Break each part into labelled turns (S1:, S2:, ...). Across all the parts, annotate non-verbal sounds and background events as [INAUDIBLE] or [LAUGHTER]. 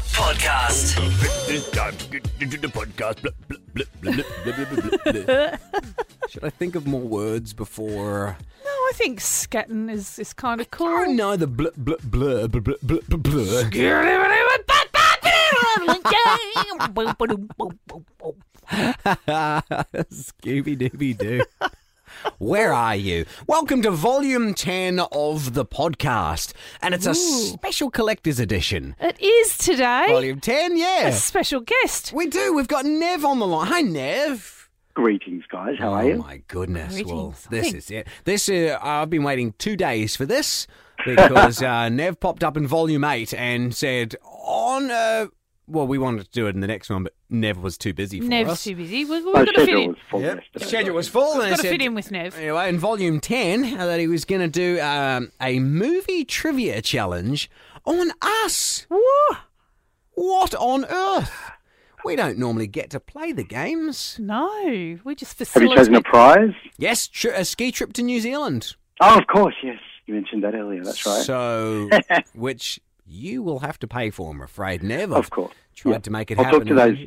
S1: podcast.
S2: It's time to get into the podcast. Blah, blah, blah, blah, blah, blah, blah, blah, blah. Should I think of more words before?
S3: No, I think sketting is, is kind of cool.
S2: Oh no, the blah blah blah blah blah blah blah. blah. Scooby Dooby Doo. Where are you? Welcome to Volume 10 of the podcast. And it's a special collector's edition.
S3: It is today.
S2: Volume 10,
S3: a
S2: yeah.
S3: special guest.
S2: We do. We've got Nev on the line. Hi, Nev.
S4: Greetings, guys. How
S2: oh
S4: are you?
S2: my goodness! Well,
S3: Greetings.
S2: this
S3: Thanks.
S2: is it. This uh, I've been waiting two days for
S4: [LAUGHS]
S2: this because uh, Nev popped up in Volume Eight and said on. Uh, well, we wanted to do it in the next one, but Nev was too busy for
S3: Nev's
S2: us.
S3: too busy. We're, we're
S4: My
S3: going to fit
S4: schedule
S3: in.
S4: was full
S2: Yep.
S4: yesterday.
S2: Schedule was full, and I
S3: Got to
S2: said
S3: fit in with Nev.
S2: anyway in Volume Ten uh, that he was going to do um, a movie trivia challenge on us. What? What on earth? We don't normally get to play the games.
S3: No, we just
S4: Have
S3: facilitate.
S4: you chosen a prize?
S2: Yes, tri- a ski trip to New Zealand.
S4: Oh, of course, yes. You mentioned that earlier. That's right. [LAUGHS]
S2: So, which you will have to pay for, I'm afraid. Never.
S4: of course.
S2: Tried
S4: Yeah.
S2: to make it
S4: I'll
S2: happen.
S4: Talk to those,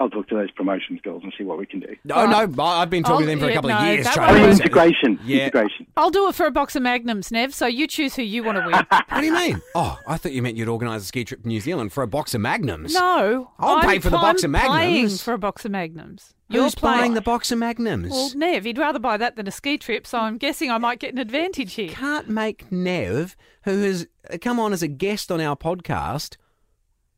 S4: I'll talk to those promotions girls and see what we can do.
S2: Oh, No, no, I- I've been talking to them for a
S3: Oh,
S2: couple
S3: yeah,
S2: of
S3: no,
S2: years.
S3: that
S2: trying
S4: I
S3: one
S2: to
S4: mean,
S3: was-
S2: make it-
S4: integration.
S2: Yeah.
S4: Integration.
S3: I'll do it for a box of magnums, Nev. So you choose who you want to win.
S4: [LAUGHS]
S2: What do you mean? Oh, I thought you meant you'd organise a ski trip to New Zealand for a box of magnums.
S3: No,
S2: I'll
S3: I'm,
S2: pay for the box
S3: I'm
S2: of
S3: Playing
S2: magnums.
S3: for a box of magnums. You're
S2: Who's buying
S3: playing
S2: the box of magnums?
S3: Well, Nev, he'd rather buy that than a ski trip. So I'm guessing I might get an advantage here.
S2: Can't make Nev, who has uh, come on as a guest on our podcast.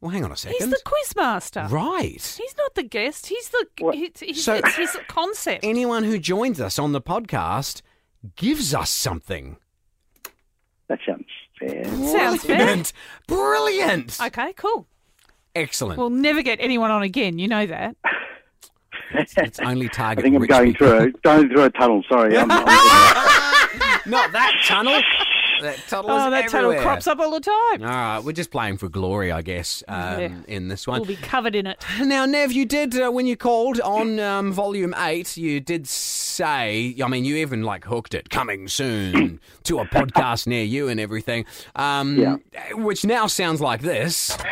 S2: Well, hang on a
S3: He's
S2: second.
S3: the quiz master.
S2: right.
S3: He's not the guest. He's the
S4: What?
S3: it's, it's,
S2: So-
S3: it's his concept.
S2: Anyone who joins us on the podcast gives us something.
S4: That sounds fair.
S3: Sounds fair. [LAUGHS]
S2: Brilliant. Brilliant.
S3: Okay, cool.
S2: Excellent.
S3: We'll never get anyone on again. You know that.
S2: it's only
S4: I
S2: target.
S4: think I'm
S2: rich
S4: going
S2: people.
S4: through a going through a tunnel. Sorry, I'm, I'm
S2: [LAUGHS] Not that tunnel. That tunnel is
S3: Oh, that
S2: everywhere.
S3: tunnel crops up all the time.
S2: All right, we're just playing for glory, I guess, um,
S3: Yeah.
S2: in this
S3: We'll
S2: one.
S3: be covered in [SIGHS] it.
S2: Now, Nev, you did uh, when you called on um, Volume Eight. You did say, I mean, you even like hooked it, coming soon [CLEARS THROAT] to a podcast near you and everything. Um,
S4: Yeah.
S2: Which now sounds like this.
S5: [LAUGHS]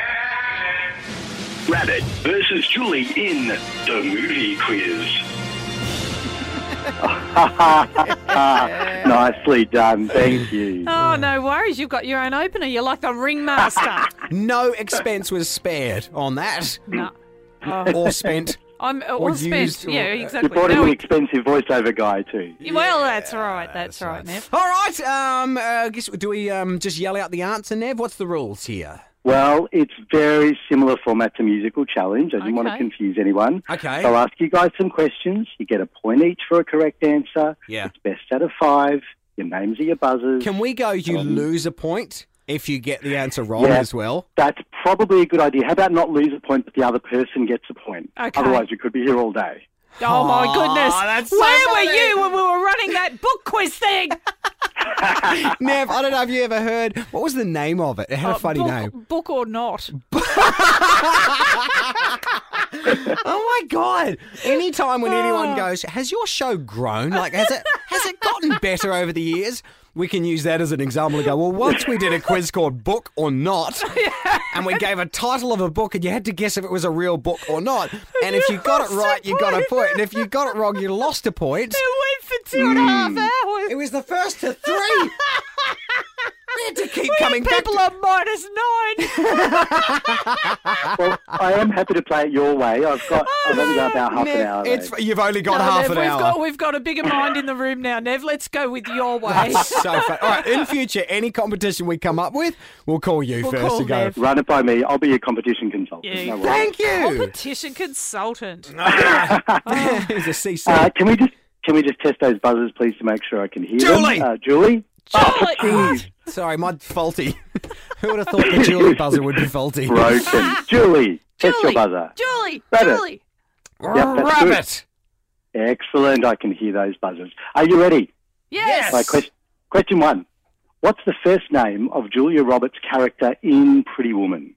S5: Rabbit versus Julie in the movie quiz.
S4: [LAUGHS] nicely done.
S5: [LAUGHS]
S4: Thank you.
S3: Oh, no worries. You've got your own opener. You're like the [LAUGHS] ringmaster.
S2: No expense was spared on that,
S3: no.
S2: or spent.
S3: I'm uh,
S2: Or
S3: all spent.
S2: used or-
S3: yeah,
S4: You
S3: exactly.
S4: brought in
S3: Now
S4: an
S3: we-
S4: expensive voiceover guy too.
S3: well, that's right. That's right, Nev.
S2: All right. Um, uh, I guess do we um, just yell out the answer, Nev? What's the rules here?
S4: Well, it's very similar format to Musical Challenge. I didn't want to
S3: Okay.
S4: confuse anyone.
S2: Okay.
S4: So I'll ask you guys some questions. You get a point each for a correct answer.
S2: Yeah.
S4: It's best out of five. Your names are your buzzers.
S2: Can we go? You lose a point if you get the answer wrong
S4: Yeah.
S2: as well.
S4: That's probably a good idea. How about not lose a point, but the other person gets a point?
S3: Okay.
S4: Otherwise, we could be here all day.
S3: Oh, my
S2: Aw,
S3: goodness.
S2: that's so
S3: Where were
S2: funny.
S3: you when we were running that book quiz [LAUGHS] thing?
S2: Nev, I don't know if you ever heard. What was the name of it? It had
S3: Oh,
S2: a funny
S3: book,
S2: name.
S3: Book or not.
S2: Oh my god! Anytime when
S3: Ah.
S2: anyone goes, has your show grown? Like, has it has it gotten better over the years? We can use that as an example and go, well, once we did a quiz called Book or Not,
S3: [LAUGHS]
S2: and we gave a title of a book, and you had to guess if it was a real book or not. And if you got
S3: lost
S2: it
S3: a
S2: right, you got a
S3: point.
S2: point. And if you got it wrong, you lost a point.
S3: [LAUGHS] It went for two and a half hours.
S2: It was the first to
S3: [LAUGHS]
S2: three. we had to keep coming back.
S3: People
S2: To-
S3: are minus
S2: [LAUGHS]
S3: [LAUGHS] nine.
S4: well, I am happy to play it your way. I've got.
S3: Oh,
S4: I've only got about half an
S2: Nev,
S4: hour. though.
S2: it's, you've only got
S3: No,
S2: half
S3: Nev,
S2: an
S3: we've
S2: hour.
S3: Got, we've got a bigger mind in the room now, Nev. Let's go with your way.
S2: That's so fun. All right, in future, any competition we come up with, we'll call you
S3: We'll
S2: first
S3: call
S2: to go. [LAUGHS]
S3: Nev.
S4: Run it by me. I'll be your competition consultant. [LAUGHS]
S3: Yeah,
S4: no worries.
S2: Thank you.
S3: Competition consultant. Oh.
S2: He's a CC.
S4: Uh, can we just can we just test those buzzers, please, to make sure I can hear
S2: Julie!
S4: them? Uh, Julie.
S3: Julie!
S4: Oh, jeez.
S2: Sorry, my faulty. [LAUGHS] Who would have thought
S4: [LAUGHS]
S2: the Julie buzzer would be faulty?
S3: [LAUGHS]
S4: broken. Julie, test your
S3: Julie,
S4: buzzer.
S3: Julie,
S4: Better.
S3: Julie.
S4: Yep, that's
S2: [LAUGHS]
S4: good.
S2: Rabbit.
S4: Excellent. I can hear those buzzers. Are you ready?
S3: Yes.
S4: Right, question, question one. What's the first name of Julia Roberts' character in
S3: [SIGHS]
S4: Pretty Woman?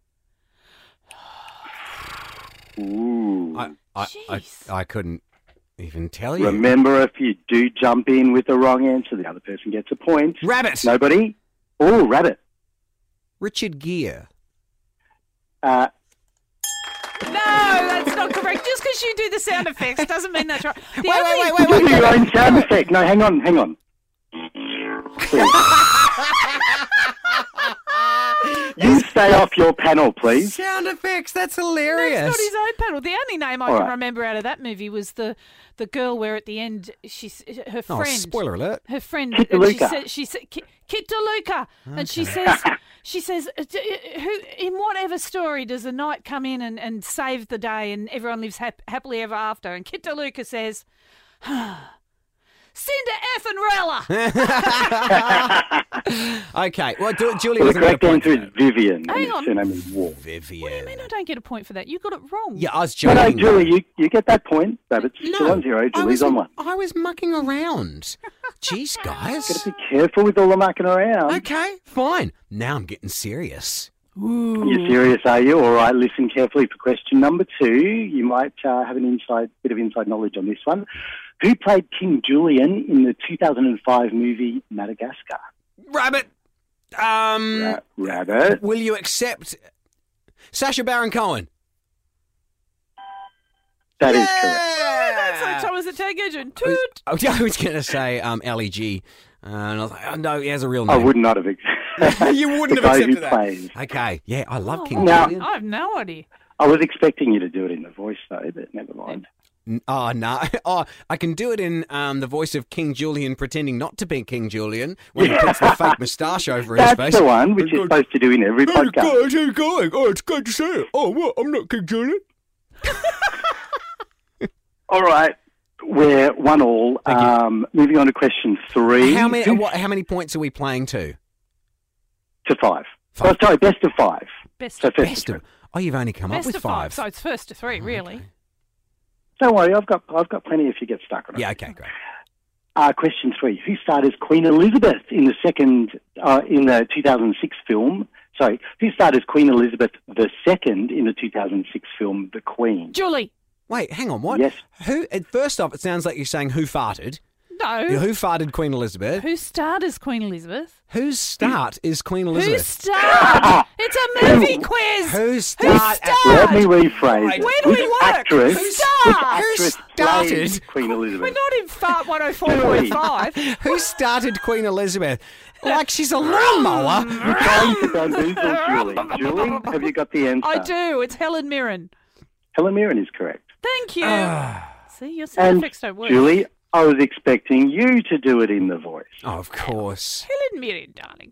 S4: Ooh.
S2: I, I, I,
S3: Jeez.
S2: I couldn't even tell you.
S4: Remember, if you do jump in with the wrong answer, the other person gets a point.
S2: Rabbit.
S4: Nobody? Ooh, Rabbit.
S2: Richard Gere.
S4: Uh,
S3: that's not correct. Just because you do the sound effects doesn't mean that's right. The
S2: Wait, wait,
S3: only-
S2: wait,
S4: You
S2: wait,
S4: do
S2: wait.
S4: your own sound effect. No, hang on, hang on. Please. you stay off your panel, please.
S2: Sound effects. That's
S3: That's
S2: hilarious.
S3: not his own panel. The only name I
S4: All
S3: can
S4: right.
S3: remember out of that movie was the the girl where at the end she's her
S2: oh,
S3: friend.
S2: spoiler alert.
S3: Her friend,
S4: Kit
S3: and she
S4: DeLuca.
S3: said, "She said Kit, Kit DeLuca," and she
S4: [LAUGHS]
S3: says, "She says, uh, d- uh, who in whatever story does the knight come in and, and save the day, and everyone lives hap- happily ever after?" And Kit DeLuca says, "Cinder Effinrella."
S2: [LAUGHS] Okay. Well, do, Julie
S4: Well, the
S2: wasn't going
S4: correct
S2: to point.
S4: answer is Vivian,
S3: Hang
S4: and
S3: on.
S4: her surname is Wall.
S2: Vivian.
S3: I mean, I don't get a point for that. You got it wrong.
S2: Yeah, I was
S4: No,
S2: joking.
S4: no, Julie, you, you get that point, but it's still on zero.
S2: I
S4: Julie's
S2: was-
S4: on one.
S2: I was mucking around.
S4: [LAUGHS]
S2: Jeez, guys.
S4: Be careful with all the mucking around.
S2: Okay, fine. Now I'm getting serious.
S4: You're serious, are you? All right, listen carefully for question number two. You might uh, have an inside bit of inside knowledge on this one. Who played King Julian in the 2005 movie Madagascar?
S2: Rabbit. Um.
S4: Ra- rabbit.
S2: Will you accept Sasha Baron Cohen?
S4: That is correct.
S3: that's like
S2: correct.
S3: Thomas the Tank Engine. Toot.
S2: [LAUGHS] Oh, I was going to say um, Ali G, uh, and I was like, oh, no, he has a real
S4: I
S2: name.
S4: would not have. Ex-
S2: [LAUGHS] you wouldn't
S4: [LAUGHS] the guy
S2: have
S4: who
S2: accepted that.
S4: plays.
S2: Okay, yeah, I love
S3: Oh,
S2: King
S4: Now-
S2: Julian.
S3: I have no idea.
S4: I was expecting you to do it in the voice though, but never mind.
S2: N- Oh no! [LAUGHS] Oh, I can do it in um, the voice of King Julian pretending not to be King Julian when he
S4: [LAUGHS]
S2: puts the fake moustache over his face.
S4: That's the one which you're
S2: Good.
S4: supposed to do in every
S2: Hey
S4: podcast.
S2: guys, how you going? Oh, it's great to see you. Oh, what? I'm not King Julian.
S4: All right, we're one all. Um, moving on to question three.
S2: How many?
S4: Who-
S2: What, how many points are we playing to?
S4: to five?
S2: Five.
S4: Oh, sorry, best of five.
S3: Best,
S4: So first
S2: Best of. Oh, you've only come up
S3: best
S2: with Oh,
S3: of five. So it's first to three, really.
S4: Don't worry, I've got I've got plenty if you get stuck on it.
S2: Yeah. Okay. Great.
S4: Uh, question three: Who starred as Queen Elizabeth in the second uh, in the 2006 film? Sorry, who starred as Queen Elizabeth II in the 2006 film The Queen?
S3: Julie.
S2: Wait, hang on. What?
S4: Yes.
S2: Who? uh, First off, it sounds like you're saying who farted.
S3: No.
S2: Who farted Queen Elizabeth?
S3: Who starred as Queen Elizabeth?
S2: Whose start is Queen
S3: Who
S2: Elizabeth?
S3: starred?
S4: [LAUGHS]
S3: it's a movie quiz.
S2: Who starred? at-
S3: starred?
S4: Let me rephrase.
S2: Right.
S4: it.
S3: Where do
S4: Which
S3: we work?
S4: Actress,
S3: Who
S4: which
S3: starred?
S2: Who
S4: actress
S2: started?
S3: [LAUGHS]
S4: played Queen
S3: We're
S4: Elizabeth?
S3: not Oh in oh, Fart 104.5.
S2: Who started Queen Elizabeth? Like she's a lawnmower.
S3: [LAUGHS]
S4: Trying to bamboozle Julie. Julie, have you got the answer?
S3: I do. It's Helen Mirren.
S4: Helen Mirren is correct.
S3: Thank you.
S2: Oh,
S3: See, your sound
S4: Ah. And
S3: effects don't work.
S4: Julie, I was expecting you to do it in the voice.
S2: Oh, of course.
S3: Helen Mirren, darling.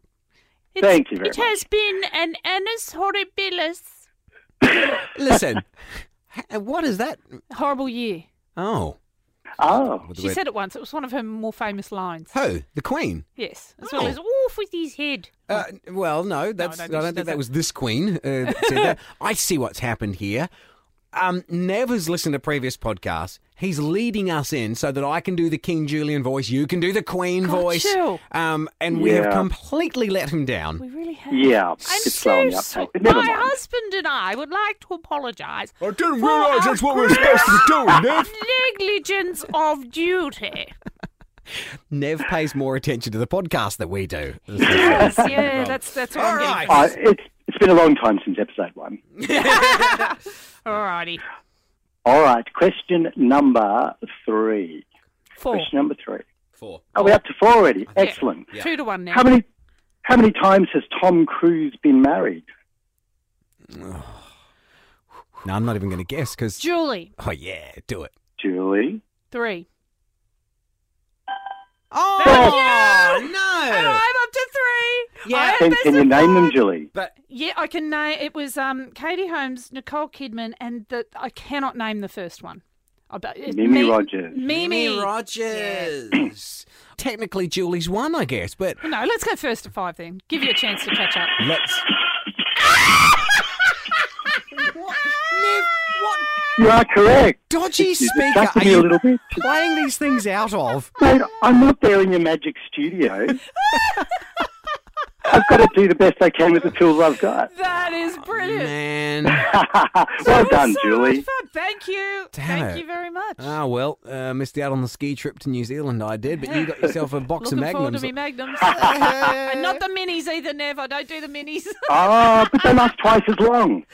S3: It's,
S4: Thank you very
S3: It has been an annus horribilis.
S2: Listen, h- what is that?
S3: Horrible year.
S2: Oh,
S4: Oh,
S2: with the
S3: She
S2: word-
S3: said it once. It was one of her more famous lines.
S2: who? The Queen.
S3: Yes. As
S2: Oh.
S3: well as, oof, with his head.
S2: Uh, well, no, that's I
S3: don't
S2: don't
S3: think she
S2: think
S3: does
S2: that
S3: that.
S2: was this queen. Uh, that
S3: [LAUGHS]
S2: said that. I see what's happened here. Um, Nev's listened to previous podcasts. He's leading us in so that I can do the King Julian voice, you can do the Queen
S3: Got
S2: voice,
S3: you.
S2: um, and we have
S4: Yeah.
S2: completely let him down.
S3: We really have.
S4: yeah.
S3: I'm
S4: it's slow
S3: so
S4: on the
S3: sorry.
S4: uptake, but
S3: My
S4: never mind.
S3: husband and I would like to apologise
S2: I didn't
S3: Well, realise that's what we're supposed
S2: to be [LAUGHS] doing, Nev.
S3: negligence of duty.
S2: Nev pays more attention to the podcast than we do.
S3: Yes, yeah, that's that's what
S2: All
S3: I'm getting.
S2: right.
S3: from
S4: Uh,
S3: this.
S4: it's, it's been a long time since episode one.
S3: All righty.
S4: All right, question number three.
S3: Four.
S4: Question number three.
S2: [LAUGHS] Four.
S4: Are we up to four already? Excellent.
S2: Yeah.
S3: Two to one now.
S4: How many how many times has Tom Cruise been married?
S2: No, I'm not even going to guess because.
S3: Julie,
S2: Oh yeah, do it.
S4: Julie?
S3: three.
S2: Oh,
S3: Thank
S2: no!
S3: And I'm up to three.
S2: Oh. Yeah.
S3: I had
S4: Can,
S3: best
S4: can you
S3: of
S4: name them,
S3: five.
S4: Julie?
S2: But
S3: Yeah, I can name. It was um, Katie Holmes, Nicole Kidman, and the I cannot name the first one. I bet- it's
S4: Mimi Rogers.
S3: Mimi.
S2: Rogers. [CLEARS THROAT] Technically, Julie's won, I guess, but
S3: No, let's go first to five then. Give you a chance to catch up.
S2: let's. what, Nev, what
S4: You are correct.
S2: dodgy
S4: You
S2: speaker
S4: distracted
S2: are
S4: me a
S2: you
S4: little bit.
S2: playing these things out
S3: [LAUGHS]
S2: of?
S4: Mate, I'm not there in your magic studio. [LAUGHS] I've got to do the best I can with the tools I've got. [LAUGHS]
S3: That is
S2: Oh,
S3: brilliant.
S2: Man.
S4: well
S3: That was
S4: done,
S3: so
S4: Julie.
S3: much fun. Thank you.
S2: Damn
S3: Thank
S2: it.
S3: you very much.
S2: Ah, well, uh, missed out on the ski trip to New Zealand, I did, but you got yourself a box
S3: Looking
S2: of
S3: forward to
S2: magnums.
S3: me
S2: [LAUGHS]
S3: magnums. [LAUGHS] and not the minis either, Nev. I don't do the minis.
S4: Oh, but they last twice as long.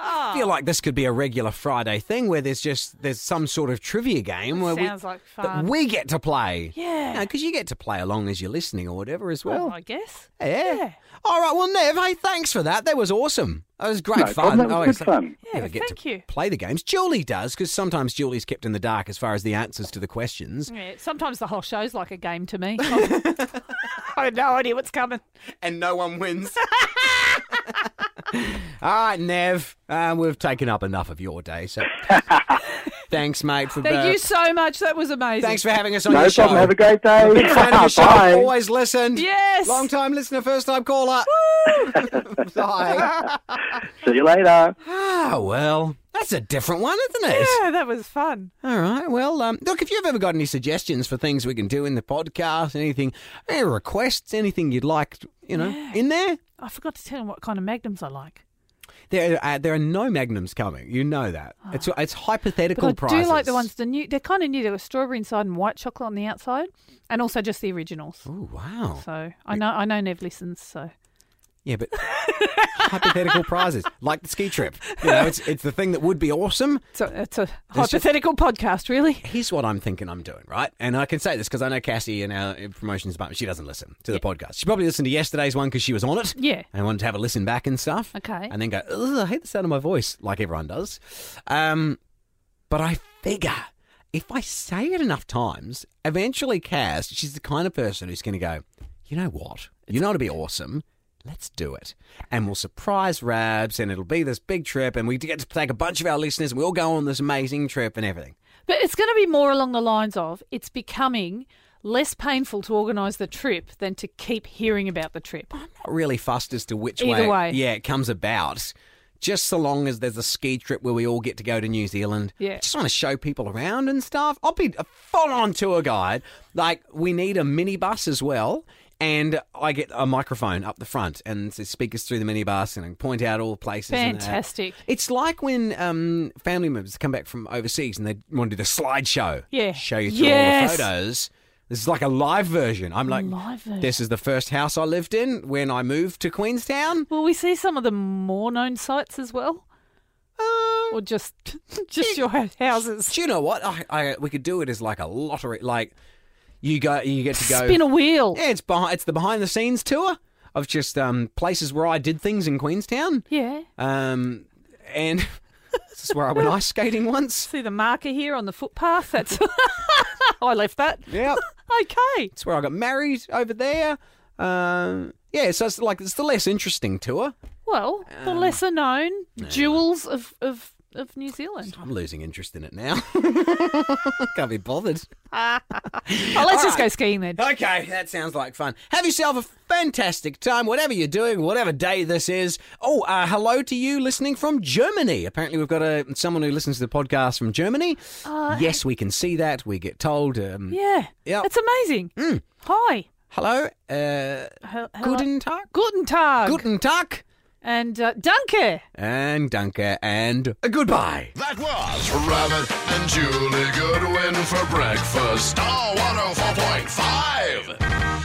S3: Oh,
S2: I feel like this could be a regular Friday thing where there's just there's some sort of trivia game where
S3: [LAUGHS] sounds
S2: we,
S3: like
S2: that
S3: fun.
S2: we get to play.
S3: Yeah.
S2: because you get to play along as you're listening or whatever as well.
S3: well, I guess.
S2: yeah.
S3: yeah.
S2: All right. Well, Nev, hey, thanks for that. That was awesome. That was great
S4: No
S2: fun. Oh,
S4: problem, that was
S2: I
S4: good
S2: always
S4: fun.
S2: I
S3: Yeah,
S2: never get
S3: thank
S2: to
S3: you.
S2: play the games. Julie does because sometimes Julie's kept in the dark as far as the answers to the questions.
S3: Yeah, sometimes the whole show's like a game to [LAUGHS] me. Oh. I have no idea what's coming.
S2: and no one
S3: [LAUGHS]
S2: wins. [LAUGHS] All right, Nev, uh, we've taken up enough of your day,
S4: [LAUGHS]
S2: so thanks, mate, for
S3: Thank
S2: uh,
S3: you so much. That was amazing.
S2: thanks for having us on
S4: No
S2: your
S4: problem.
S2: show.
S4: Have a great day. [LAUGHS]
S2: Big fan of your show.
S4: Bye.
S2: Always listened.
S3: Yes.
S2: Long time listener, first time caller. [LAUGHS]
S3: [LAUGHS]
S2: Bye.
S4: See you later.
S2: Ah, well, that's a different one, isn't it?
S3: Yeah, that was fun.
S2: All right. Well, um, look, if you've ever got any suggestions for things we can do in the podcast, anything, any requests, anything you'd like, you know, in there,
S3: I forgot to tell him what kind of magnums I like.
S2: There, uh, there are no magnums coming. You know that. It's it's
S3: Ah. But
S2: hypothetical
S3: I
S2: prices.
S3: do like the ones the new. They're kind of new. They were strawberry inside and white chocolate on the outside, and also just the originals.
S2: Oh wow!
S3: So I know I know Nev listens. So
S2: Yeah, but hypothetical prizes like the ski trip. You know, it's it's the thing that would be awesome.
S3: it's a, it's a
S2: There's just-
S3: hypothetical podcast, [LAUGHS] really.
S2: Here's what I'm thinking I'm doing, right? And I can say this because I know Cassie in our promotions department. She doesn't listen to the podcast. She probably listened to yesterday's one because she was on it.
S3: Yeah.
S2: And wanted to have a listen back and stuff.
S3: Okay.
S2: And then go, Ugh, I hate the sound of my voice, like everyone does. Um, but I figure if I say it enough times, eventually Cass, she's the kind of person who's going to go, you know what? You know it'd be awesome. Let's do it. And we'll surprise Rabs, and it'll be this big trip, and we get to take a bunch of our listeners, and we all go on this amazing trip and everything.
S3: But it's going to be more along the lines of it's becoming less painful to organise the trip than to keep hearing about the trip.
S2: not really fussed as to which
S3: Either way.
S2: yeah, it comes about. Just so long as there's a ski trip where we all get to go to New Zealand.
S3: Yeah.
S2: Just want to show people around and stuff. I'll be a full on tour guide. Like, we need a minibus as well. And I get a microphone up the front and the speakers through the minibus and I point out all places. and that.
S3: Fantastic.
S2: It's like when um, family members come back from overseas and they want to do the slideshow.
S3: Yeah.
S2: Show you through all
S3: Yes.
S2: the photos. This is like a live version. I'm like,
S3: Live version.
S2: this is the first house I lived in when I moved to Queenstown.
S3: Will we see some of the more known sites as well,
S2: Um,
S3: or just [LAUGHS] just your houses?
S2: do you know what? I, I, we could do it as like a lottery. Like you go, you get to go.
S3: Spin a wheel.
S2: yeah, it's behind. It's the behind the scenes tour of just um, places where I did things in Queenstown.
S3: Yeah.
S2: Um, and [LAUGHS] this is where I
S3: [LAUGHS]
S2: went ice skating once.
S3: See the marker here on the footpath. That's [LAUGHS] I left that.
S2: Yep.
S3: Okay.
S2: It's where I got married over there. Um, yeah, so it's like it's the less interesting tour.
S3: Well, the
S2: Um,
S3: lesser known jewels of, of, of New Zealand.
S2: I'm losing interest in it now. [LAUGHS] Can't be bothered.
S3: Oh, let's just
S2: right.
S3: go skiing then.
S2: Okay, that sounds like fun. Have yourself a fantastic time, whatever you're doing, whatever day this is. Oh, uh, hello to you listening from Germany. Apparently, we've got a, someone who listens to the podcast from Germany. yes, we can see that. We get told. Um,
S3: Yeah.
S2: Yep. Hmm.
S3: It's amazing. Hi.
S2: Hello, uh,
S3: He- hello.
S2: guten Tag,
S3: Guten Tag.
S2: guten Tag,
S3: And uh, Danke.
S2: and danke, and goodbye.
S1: That was Rabbit and Julie Goodwin for breakfast. Oh, 104.5.